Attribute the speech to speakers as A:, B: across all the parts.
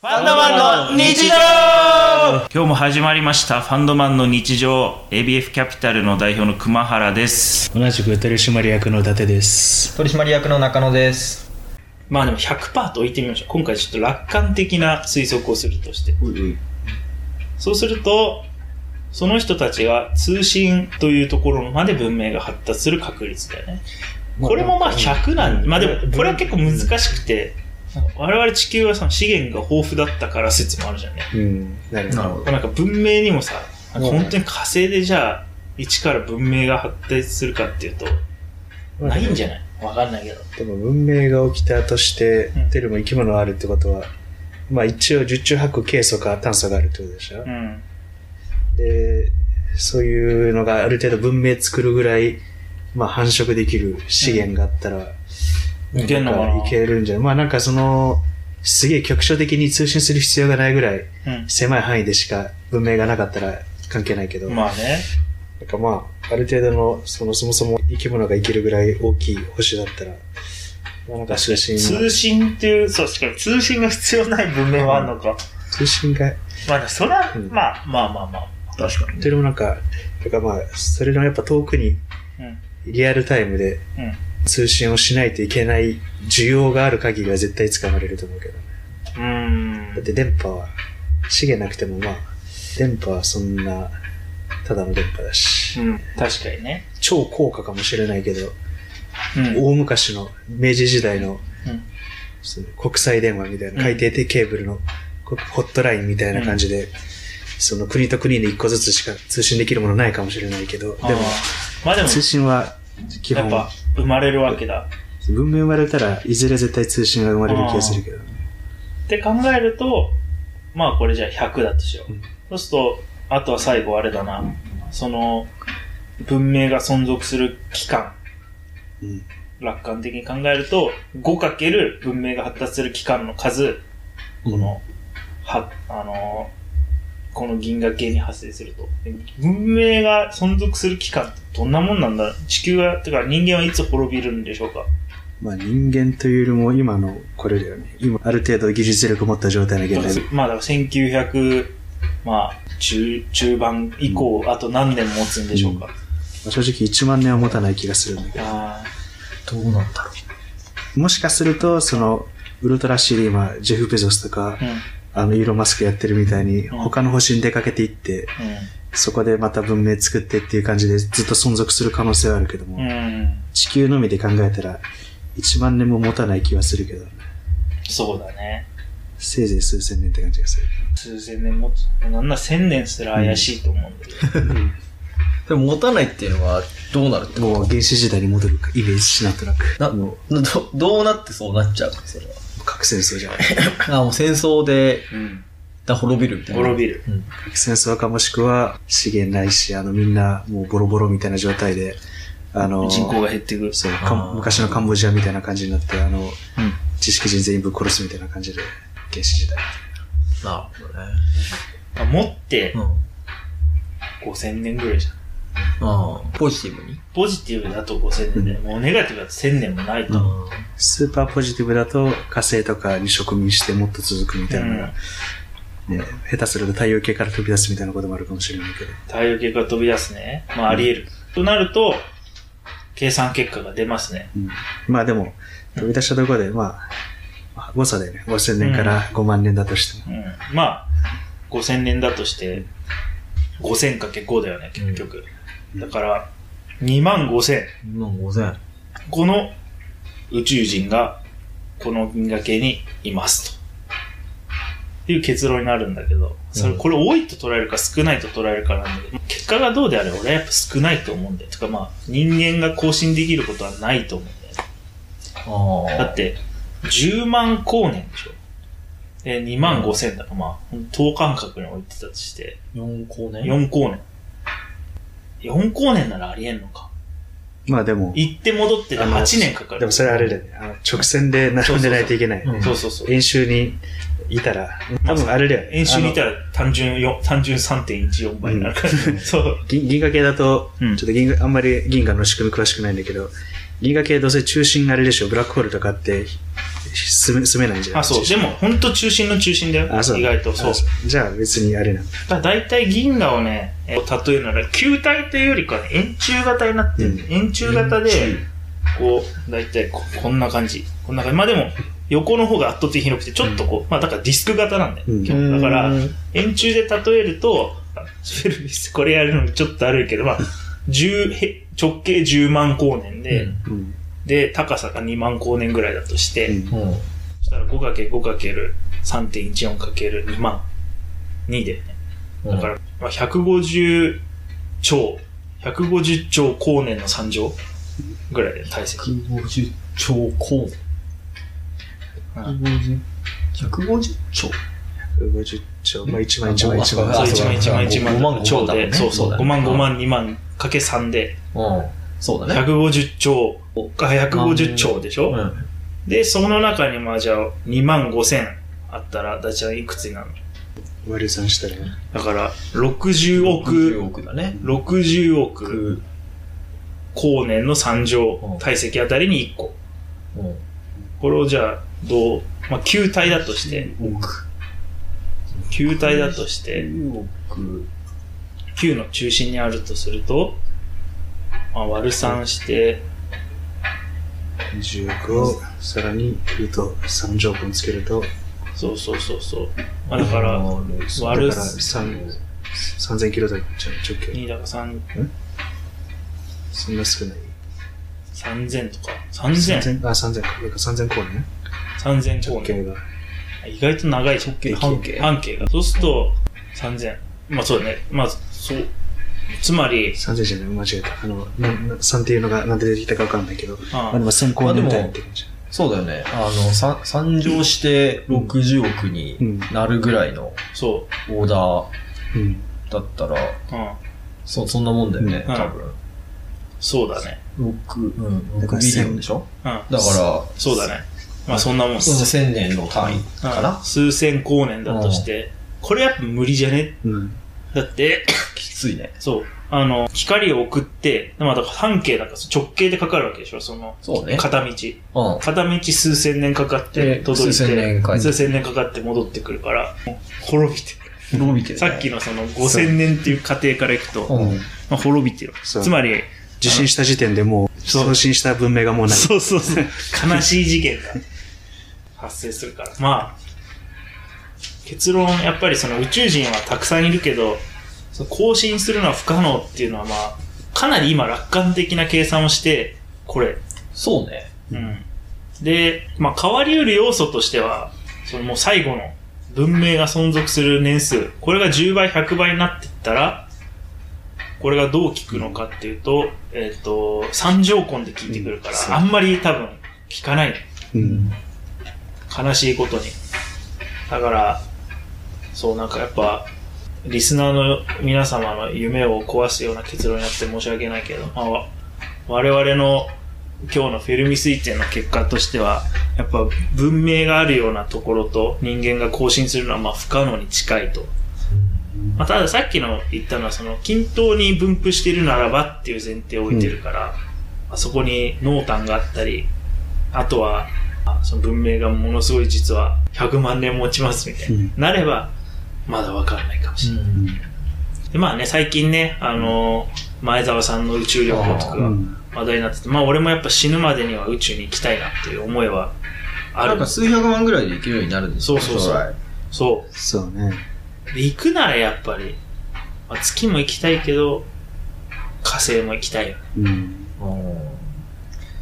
A: ファンドマンの日常今日も始まりましたファンドマンの日常 ABF キャピタルの代表の熊原です
B: 同じく取締役の伊達です
C: 取締役の中野です。
A: まあでも100%と言ってみましょう今回ちょっと楽観的な推測をするとしてそうするとその人たちが通信というところまで文明が発達する確率だよねこれもまあ100なんまあでもこれは結構難しくて我々地球はその資源が豊富だったから説もあるじゃんね
B: うんなる
C: なるほど。
A: なんか文明にもさ、なんか
B: うん
A: 本当に火星でじゃあ、一から文明が発展するかっていうと、ないんじゃないわかんないけど。
B: でも文明が起きたとして
A: うん
B: テルも生き物があるってことはまあ一応十中八九ケイ素か炭素があるってことでしょ、
A: うん。
B: でそういうのがある程度文明作るぐらいまあ繁殖できる資源があったら、
A: いけんのかな
B: なんいけるんじゃないまあなんかそのすげえ局所的に通信する必要がないぐらい狭い範囲でしか文明がなかったら関係ないけど、
A: うん。まあね。
B: なんかまあ、ある程度の、そのそもそも生き物が生きるぐらい大きい星だったら、まあ、なんか通信
A: 通信っていう、そう、しかも通信が必要ない文明はあるのか。
B: 通信が、
A: まあ、それは、
B: うん
A: まあまあまあまあ。確かに。
B: というのもなんか、だからまあ、それのやっぱ遠くに
A: うん。
B: リアルタイムで
A: うん
B: 通信をしないといけない需要がある限りは絶対捕まれると思うけど。
A: うーん
B: だって電波は、資源なくてもまあ、電波はそんな、ただの電波だし、
A: うん。確かにね。
B: 超高価かもしれないけど、
A: うん。
B: 大昔の明治時代の
A: うん
B: その国際電話みたい
A: うん
B: な、海底ケーブルのこホットラインみたいな感じで、その国と国で一個ずつしか通信できるものないかもしれないけど、で
A: あー
B: も
A: まあでも、
B: 通信は基
A: や
B: 本
A: っ、ぱ生まれるわけだ。
B: 文明生まれたらいずれ絶対通信が生まれる気がするけど、
A: って考えると、まあこれじゃあ100だとしよう。
B: うん
A: そうすると、あとは最後あれだな。その、文明が存続する期間。
B: うん
A: 楽観的に考えると、5× 文明が発達する期間の数、
B: こ
A: この、は、あのーこの銀河系に発生すると。で文明が存続する期間ってどんなもんなんだ地球は、てか人間はいつ滅びるんでしょうか
B: まあ、人間というよりも今のこれだよね今ある程度技術力持った状態の現代
A: まあだから1900、まあ、中、中盤以降、あと何年持つんでしょうか。
B: 正直1万年は持たない気がするんだけど
A: あ
C: どうなんだろ
B: もしかするとそのウルトラシーで今ジェフ・ベゾスとか、
A: あ、うん、うん。
B: あの、イーロンマスクやってるみたいに、
A: うん
B: 他の星に出かけていって、そこでまた文明作ってっていう感じでずっと存続する可能性はあるけども、
A: うん。
B: 地球のみで考えたら、1万年も持たない気はするけど、
A: そうだね。
B: せいぜい数千年って感じがする。
A: 数千年持つ。なんなら千年すら怪しいと思うんだけど。
C: う。でも持たないっていうのはどうなるって
B: もう原始時代に戻るイメージしなんとなく。
C: な
B: もう、
C: どどうなってそうなっちゃうのそれは。
B: 核戦争じゃない。
C: あもう戦争で
A: うん。
C: だ滅びるみたいな。
A: 滅びる。
C: びる。
B: 核戦争かもしくは、資源ないし、あの、みんなもうボロボロみたいな状態で、あの、
A: 人口が減っていく。
B: そう、か
C: あー
B: 昔のカンボジアみたいな感じになって、あの、
A: うん
B: 知識人全員ぶっ殺すみたいな感じで、原始時代。
C: なるほどね。
A: まあ持って
C: うん。
A: 5000年ぐらいじゃん。
C: ああ、ポジティブに。
A: ポジティブだと5000年で、もうネガティブだと1000年もないと
C: う
A: 思う。
C: ん。
B: スーパーポジティブだと火星とかに植民してもっと続くみたいなのが、ね、下手すると太陽系から飛び出すみたいなこともあるかもしれないけど。
A: 太陽系から飛び出すね。まああり得る。となると、計算結果が出ますね。
B: うんまあでも、飛び出したところで、まあ、誤差だよね。5000年から5万年だとしても。
A: うん、まあ、5000年だとして、5000×5 だよね、結局。
B: うん
A: だから、2万5000。
C: 今午前。
A: この宇宙人が、この銀河系にいますと。っていう結論になるんだけど、それ、
C: うん
A: これ多いと捉えるか少ないと捉えるかなんだけど、結果がどうであれ俺はやっぱ少ないと思うんだよ。てかまあ、人間が更新できることはないと思うんだよね。
C: あ
A: だ
C: あ。
A: って、10万光年でしょ。で、2万5千だから、まあ、等間隔に置いてたとして、
C: 4光年
A: 4光年。4光年ならありえんのか。
B: まあでも、
A: 行って戻ってで
B: あの
A: 8年かかる。
B: でもそれはあれだよね。あの直線で並んでないといけない。
C: そうそう
A: そうそうそう。
B: 演習にいたら、多分あれだよね。
A: 演習にいた
B: ら。
A: ら単純よ、単純3.14倍に なるから。そう。
B: 銀銀河系だと、
A: うん
B: ちょっと銀河、あんまり銀河の仕組み詳しくないんだけど、銀河系どうせ中心があれでしょ、ブラックホールとかあって、ひ住め住めないんじゃない
A: あ、そう。でも、ほんと中心の中心だよ。
B: あ、そう。
A: 意外と。そう
B: あ。じゃあ別にあれなんだ。
A: だから大体銀河をね、えー例えるなら、球体というよりかはね、円柱型になってる、
B: うん
A: 円柱型で、こう、大体ここんな感じ。こんな感じ。まあでも、横の方が圧倒的に広くて、ちょっとこう、まあだからディスク型なんだよ。
B: うん
A: 基本だから
C: うん、
A: 円柱で例えると、フェルミス、これやるのにちょっとあるけど、まあ、10へ直径10万光年で、
C: うん
B: うん。
A: で、高さが2万光年ぐらいだとして、
B: うん
C: うん。
A: そしたら 5×5×3.14×2 万2でね。
C: うん
A: だから、まあ、150兆、150兆光年の3乗ぐらいで体積。
C: 150兆光年。
A: うん
C: 150 150兆
B: 150兆。まあ1万1万1
C: あ
A: そう、
B: 万。
A: 1万1万1万
C: 5万
A: 兆で、
C: 5万だもんね
A: そうそう、
C: そうだね
A: 5万5万2万かけ3で、
C: うん。そうだね。
A: 150兆、あ150兆でしょ、
C: うん。
A: で、その中にまあじゃあ2万5千あったら、だいたいいくつになるの
B: 割り算したらね。
A: だから、60億、
C: 億だね。
A: 60億、
C: 億。
A: 光年の3
C: う
A: 乗
C: ん
A: 体積あたりに1個
C: うん。
A: これをじゃあどう、まあ、球体だとして
C: 億。
A: 球体だとして
C: 億。
A: 球の中心にあるとすると、まあ、割る3して
B: 15をさらにルート3乗分つけると、
A: そうそうそうそう、まあ、だから割る
B: だから3 3000キロ台じゃん、直径。
A: 2だから3
B: そんな少ない。
A: 3000とか30003000
B: 3000あ、3000か。だから3000光年直
A: 光
B: 径
A: 年
B: が。
A: 意外と長い直
C: 径
A: 半径半径がそうすると3000まあそうだねまあそうつまり
B: 3000じゃない、間違えた。あの、なな3っていうのがなんで出てきたかわかんないけど。
A: あ
B: まあでも1000光年みたい
C: まあでも
B: なって感じ。
C: そうだよね。あの、さ三乗して60億になるぐらいの
A: そ
C: オーダー
B: うん。
C: だったら、
A: う、うん、
C: そ、そんなもんだよね、
A: うん
C: 多分。
A: そうだね
C: 六うん、
B: だ
C: 6
B: から
C: ビリオンでしょ
A: うん
C: だから、
A: そうだねまあそんなもんです
C: うん千年の単位かな、
A: 数千光年だとして、これやっぱ無理じゃね
B: うん。
A: だって、
C: きついね。
A: そう、あの、光を送って、まあだから半径だから直径でかかるわけでしょ、その、
C: そうね。
A: 片道。
C: うん。
A: 片道数千年かかって
C: で
A: 届いて、
C: 数千年か
A: 数千年かかって戻ってくるから、滅びて
C: 伸びて
A: る。
C: る、
A: さっきのその5000年っていう過程からいくと、
C: うん。
A: まあ、滅びてる。
B: そう
A: つまり、
B: 受信した時点でもう、
A: そう
B: 送信した文明がもうない。
A: そうそうそう。悲しい事件が発生するから。まあ、結論、やっぱりその宇宙人はたくさんいるけど、その更新するのは不可能っていうのはまあ、かなり今楽観的な計算をして、これ。
C: そうね。
A: うん。で、まあ変わり得る要素としては、そのもう最後の文明が存続する年数、これが10倍、100倍になってったら、これがどう効くのかっていうと、えっ、と、三条根で効いてくるから、
B: う
A: あ
B: ん
A: んまり多分効かない。
B: うん。
A: 悲しいことに。だから、そうなんかやっぱ、リスナーの皆様の夢を壊すような結論になって申し訳ないけど、まあわ、我々の今日のフェルミ推定の結果としては、やっぱ文明があるようなところと人間が更新するのはまあ不可能に近いと。まあ、たださっきの言ったのはその均等に分布しているならばっていう前提を置いてるから、あそこに濃淡があったり、あとはあその文明がものすごい実は100万年持ちますみたいな、
B: うん
A: なればまだわかんないかもしれない。でまあね、最近ね、あのー前澤さんの宇宙旅行とか
B: う
A: が
B: ん。
A: 話題になってて、まあ俺もやっぱ死ぬまでには宇宙に行きたいなっていう思いはあ
C: なん
A: る
C: か。数百万ぐらいでいけるようになるんでしょ
A: そうそうそう
C: 将来
A: そ
B: そうね。
A: う。で行くならやっぱり、まあ、月も行きたいけど、火星も行きたいよね。
B: うん。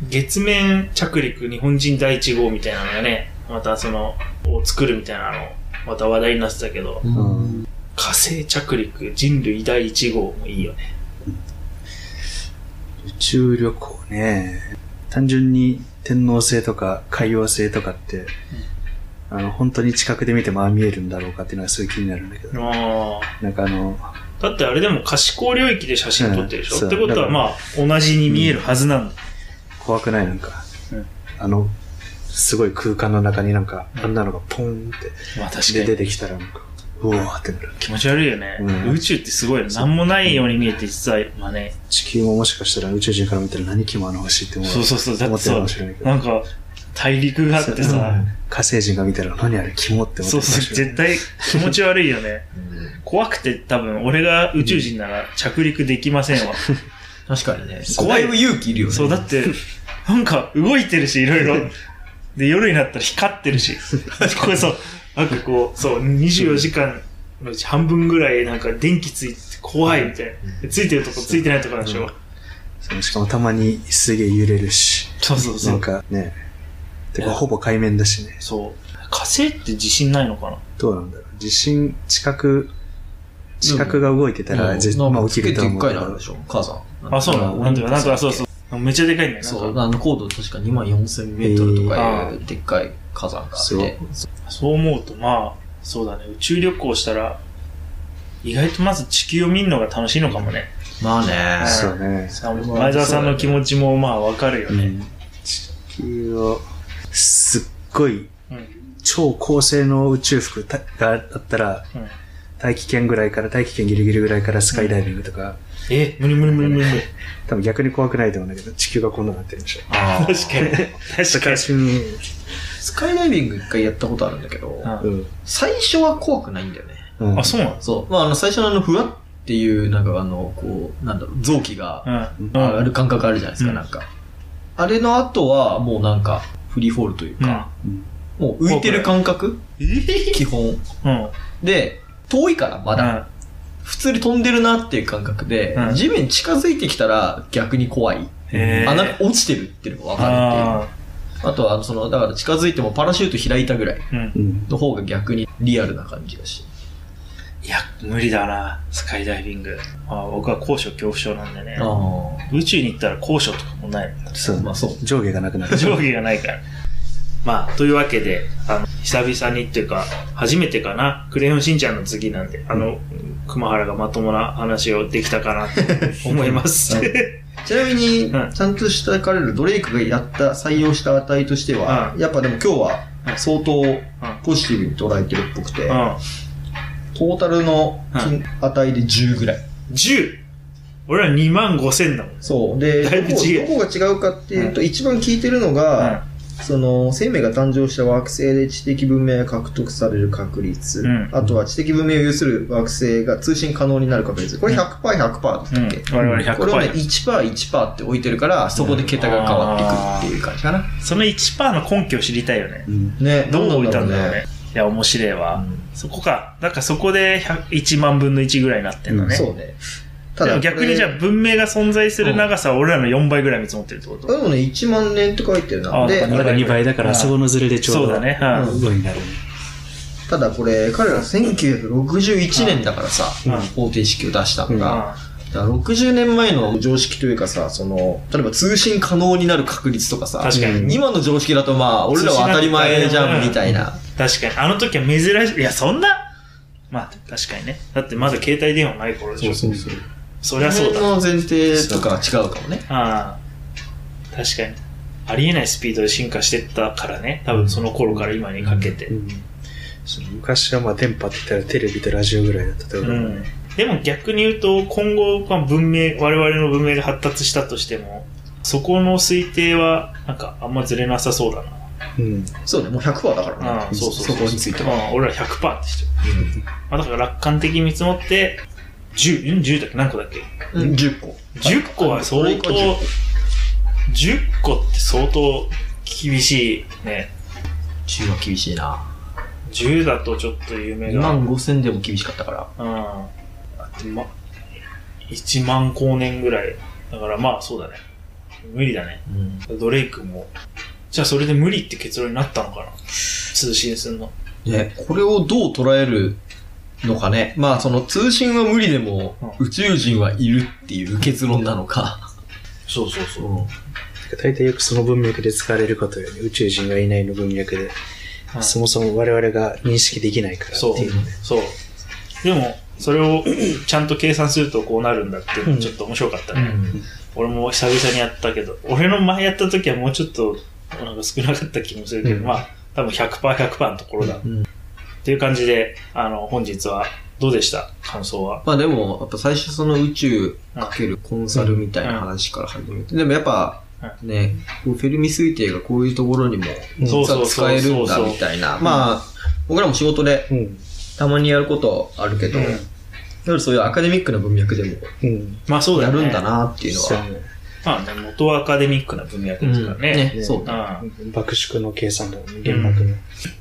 A: 月面着陸日本人第1号みたいなのがね、またその、を作るみたいなの、また話題になってたけど、
C: う。
B: うんん。
A: 火星着陸人類第1号もいいよね。
B: 宇宙旅行ね。単純に天王星とか海王星とかって、あの、本当に近くで見てもああ見えるんだろうかっていうのがすごい気になるんだけど。
A: あ
B: なんかあの、
A: ーだってあれでも可視光領域で写真撮ってるでし
B: うん
A: ょ、
B: そう
A: ってこと
B: だか
A: は
B: ら
A: まあ同じに見えるはずなんだ。
B: 怖くないなんか、
A: うん
B: あの、すごい空間の中になんか、
A: うん
B: あんなのがポンって
A: まあ
B: で出てきたらなんか、うわーってなる。
A: 気持ち悪いよね。
B: うん
A: 宇宙ってすごいよ。なんもないように見えて、実は、まあね。
B: 地球ももしかしたら宇宙人から見たら何キモあの星って思う
A: そうそうそう。だっ
B: 思
A: て
B: ってるか
A: さ
B: も、しれないけど。
A: なんか、大陸があって
B: そう
A: さ、
B: 火星人が見たら何あれキモって思っ
A: そ
B: て
A: うそう、絶対気持ち悪いよね。怖くて多分、俺が宇宙人なら着陸できませんわ。
C: 確かにね。
A: 怖い
C: だぶ勇気いるよね。
A: そう、だって、なんか動いてるし、いろいろ。で、夜になったら光ってるし。これそう、なんかこう、そう、24時間のうち半分ぐらい、なんか電気ついてて怖いみたいな。でついてるとこついてないとこなんでしょ。
B: そうしかもたまにすげえ揺れるし、
A: そうそうそ
B: なん
A: う。
B: かね、て
A: い
B: か
A: や
B: ほぼ海面だしね。
A: そう。火星って自信ないのかな
B: どうなんだろう。地震、地殻、地殻が動いてたら、ぜ
C: なん
B: ま
C: か
B: あ起きるとは思う
C: でっ
B: け
C: かいのある
B: ど
C: で。しょ火山。
A: あ、そうなの
B: うん
A: なんとか、なんとか、そうそう。めっちゃでかいんだよね。
C: そ
A: なん
C: う、
A: か
C: あの高度確か2万4000メートルとかいうでっかい火山があ
B: そう
C: って。
A: そう思うと、まあ、そうだね。宇宙旅行したら、意外とまず地球を見るのが楽しいのかもね。
C: まあね。
B: そうね。
A: あ前澤さんの気持ちもまあわかるよ
B: う
A: ね。
B: ん地球を、すっごい
A: うん。
B: 超高性能宇宙服たがあったら、
A: うん
B: 大気圏ぐらいから、大気圏ギリギリぐらいからスカイダイビングとか、
A: え、無理無理無理無理無理。
B: 多分逆に怖くないと思うんだけど、地球がこんなになってるんでしょ。
C: あ
A: 確
C: ー
A: かに。確かに。
C: スカイダイビング一回やったことあるんだけど、
A: うん
B: うん。
C: 最初は怖くないんだよね。
B: うん
A: あ、そうなの
C: そう。まあ、あの、最初のあの、ふわっていう、なんかあの、こう、なんだろう、臓器が
A: うん。
C: 上がる感覚あるじゃないですか、
A: うん
C: なんか。あれの後は、もうなんか、フリーフォールという
A: うん。
C: か、もう浮いてる感覚基本。
A: うん。うん。
C: で、遠いから、まだ。普通に飛んでるなっていう感覚で、
A: うん
C: 地面近づいてきたら逆に怖い。
A: へー
C: あ、なんか落ちてるっていうのが分かるっていう。
A: あ
C: あとは、あのその、だから近づいてもパラシュート開いたぐらい
A: ーうん。
B: うん。
C: の方が逆にリアルな感じだし。
A: いや、無理だな。スカイダイビング。まあ、僕は高所恐怖症なんでね。
C: あ
A: 宇宙に行ったら高所とかもない。
B: そう。
C: まあそう
B: 上下がなくなる。
A: 上下がないから。 まあ、というわけで、あの、久々にっていうか、初めてかな、クレヨンしんちゃんの次なんで、あの、熊原がまともな話をできたかなと思います。
C: あ。ちなみに
A: うん、
C: ちゃんとした彼ら、ドレイクがやった、採用した値としては、
A: う
C: やっぱでも今日は
A: うん
C: 相当ポジティブに捉えてるっぽ くて、
A: う
C: トータルの金値で10ぐらい。
A: ん。10! 俺ら2万5千だもん。
C: そう。で、
A: だいぶ違う
C: どこどこが違うかっていうと、一番聞いてるのが、その生命が誕生した惑星で知的文明が獲得される確率、
A: うん
C: あとは知的文明を有する惑星が通信可能になる確率これ 100%100% だったっけ、
A: うん。我々100%。
C: これをね 1%1% って置いてるからそこで桁が変わってくるっていう感じかな、
A: その1%の根拠を知りたいよね。
B: うん。
C: ね
A: どう置いたんだろ
C: ろ
A: う
C: う
A: ね。いや、面白いわ。そこか。だからそこで100 1万分の1ぐらいになってんだ
C: うん
A: ね。
C: そうねた
A: で
C: だ
A: も逆にじゃあ
C: こ
A: 文明が存在する長さは俺らの4倍ぐらい見積もってるってこ
C: れ
A: と
C: でもね1万年って書いてる
A: あ
C: なで
A: わかん
B: ま
A: ない
B: だ2倍だから、そこのズレでちょうど。
A: そうだね。うん
B: 5になる。
C: ただこれ彼ら1961年だからさ、
A: うん
C: 方程式を出したのが、
A: う
C: だから60年前の常識というかさ、その、例えば通信可能になる確率とかさ、
A: 確かに
C: 今の常識だとまあ、俺らは当たり前じゃんみたいな。
A: ん、確かに。あの時は珍しい。いや、そんなまあ、確かにね。だってまだ携帯電話ない頃でしょ。
B: うそう。
A: そりゃそう
C: こ
A: だ。
C: の前提とかは違うかもね。
A: ああ。確かに。ありえないスピードで進化してったからね。多分その頃から今にかけて。
B: うんその昔はまあ電波って言ったらテレビとラジオぐらいだったと
A: う
B: ころが
A: ん。でも逆に言うと、今後、まあ文明、我々の文明が発達したとしても、そこの推定は、なんか、あんまずれなさそうだな。
B: うん。
C: そうね、もう100%だからね。
A: うん、そうそうそう。
C: こについては。
A: うん、俺ら100%ってしてる。まあ、だから楽観的に見積もって、10、ん ?10 だっけ何個だっけ
C: うんうん10個。
A: 10個は相当、
C: 10
A: 10個って相当厳しいね。
C: 10は厳しいな。
A: 10だとちょっと夢
C: 2
A: が。
C: 万5000でも厳しかったから。
A: うん。あとま、1万光年ぐらい。だからまあそうだね。無理だね。
C: うん。
A: ドレイクも。じゃあそれで無理って結論になったのかな通信するの。
C: ね、これをどう捉えるのかね。まあ、その通信は無理でも、宇宙人はいるっていう結論なのか。
A: そうそうそう。
B: 大体よくその文脈で使われることよね。宇宙人がいないの文脈で、
A: うん
B: そもそも我々が認識できないからって
A: そう
B: いう。
A: そう。でも、それをちゃんと計算するとこうなるんだっていうのちょっと面白かったね。
C: ん。
A: 俺も久々にやったけど、俺の前やった時はもうちょっとなんか少なかった気もするけど、
B: うん
A: まあ、多分100%100% 100%のところだ。
C: うん
A: っていう感じで、あの、本日はどうでした感想は。
C: まあでも、やっぱ最初その宇宙かけるコンサルみたいな話から始めて、でもやっぱ、ね、こうフェルミ推定がこういうところにも
A: そう
C: 実
A: そうそう
C: は使えるんだみたいな。まあ、僕らも仕事で
B: うん。
C: たまにやることあるけど、
A: うん
C: やっぱりそういうアカデミックな文脈でも
B: うん。
A: まあそうだ
C: や
A: よね。
C: るんだなっていうの
B: そう
C: は。
A: まあね、元はアカデミックな文脈
C: う
A: ですから
C: ん
A: ね。
C: ね、そう
A: う
C: だ。
A: ん。
B: 爆縮の計算だよね、原爆の。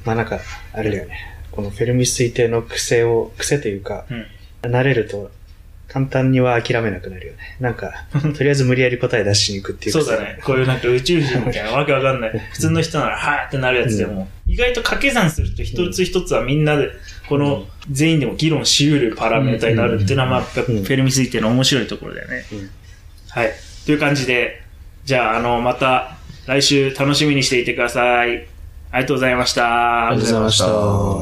B: まあなんか、あれだよね。このフェルミ推定の癖を、癖というか、
A: うん。
B: 慣れると、簡単には諦めなくなるよね。なん か、とりあえず無理やり答え出しに行くっていう
A: そ
B: 癖
A: うだね。。こういうなんか宇宙人みたいなわけわかんない。普通の人なら、はーってなるやつでも、意外と掛け算すると一つ一つはみんなで、こ
C: う
A: の全員でも議論しうるパラメータになるっていうのは、まあ、フ
B: うん
A: ェルミ推定の面白いところだよね。
B: うん
A: はい。という感じで、じゃあ、あの、また来週楽しみにしていてください。ありがとうございました。
C: ありがとうございました。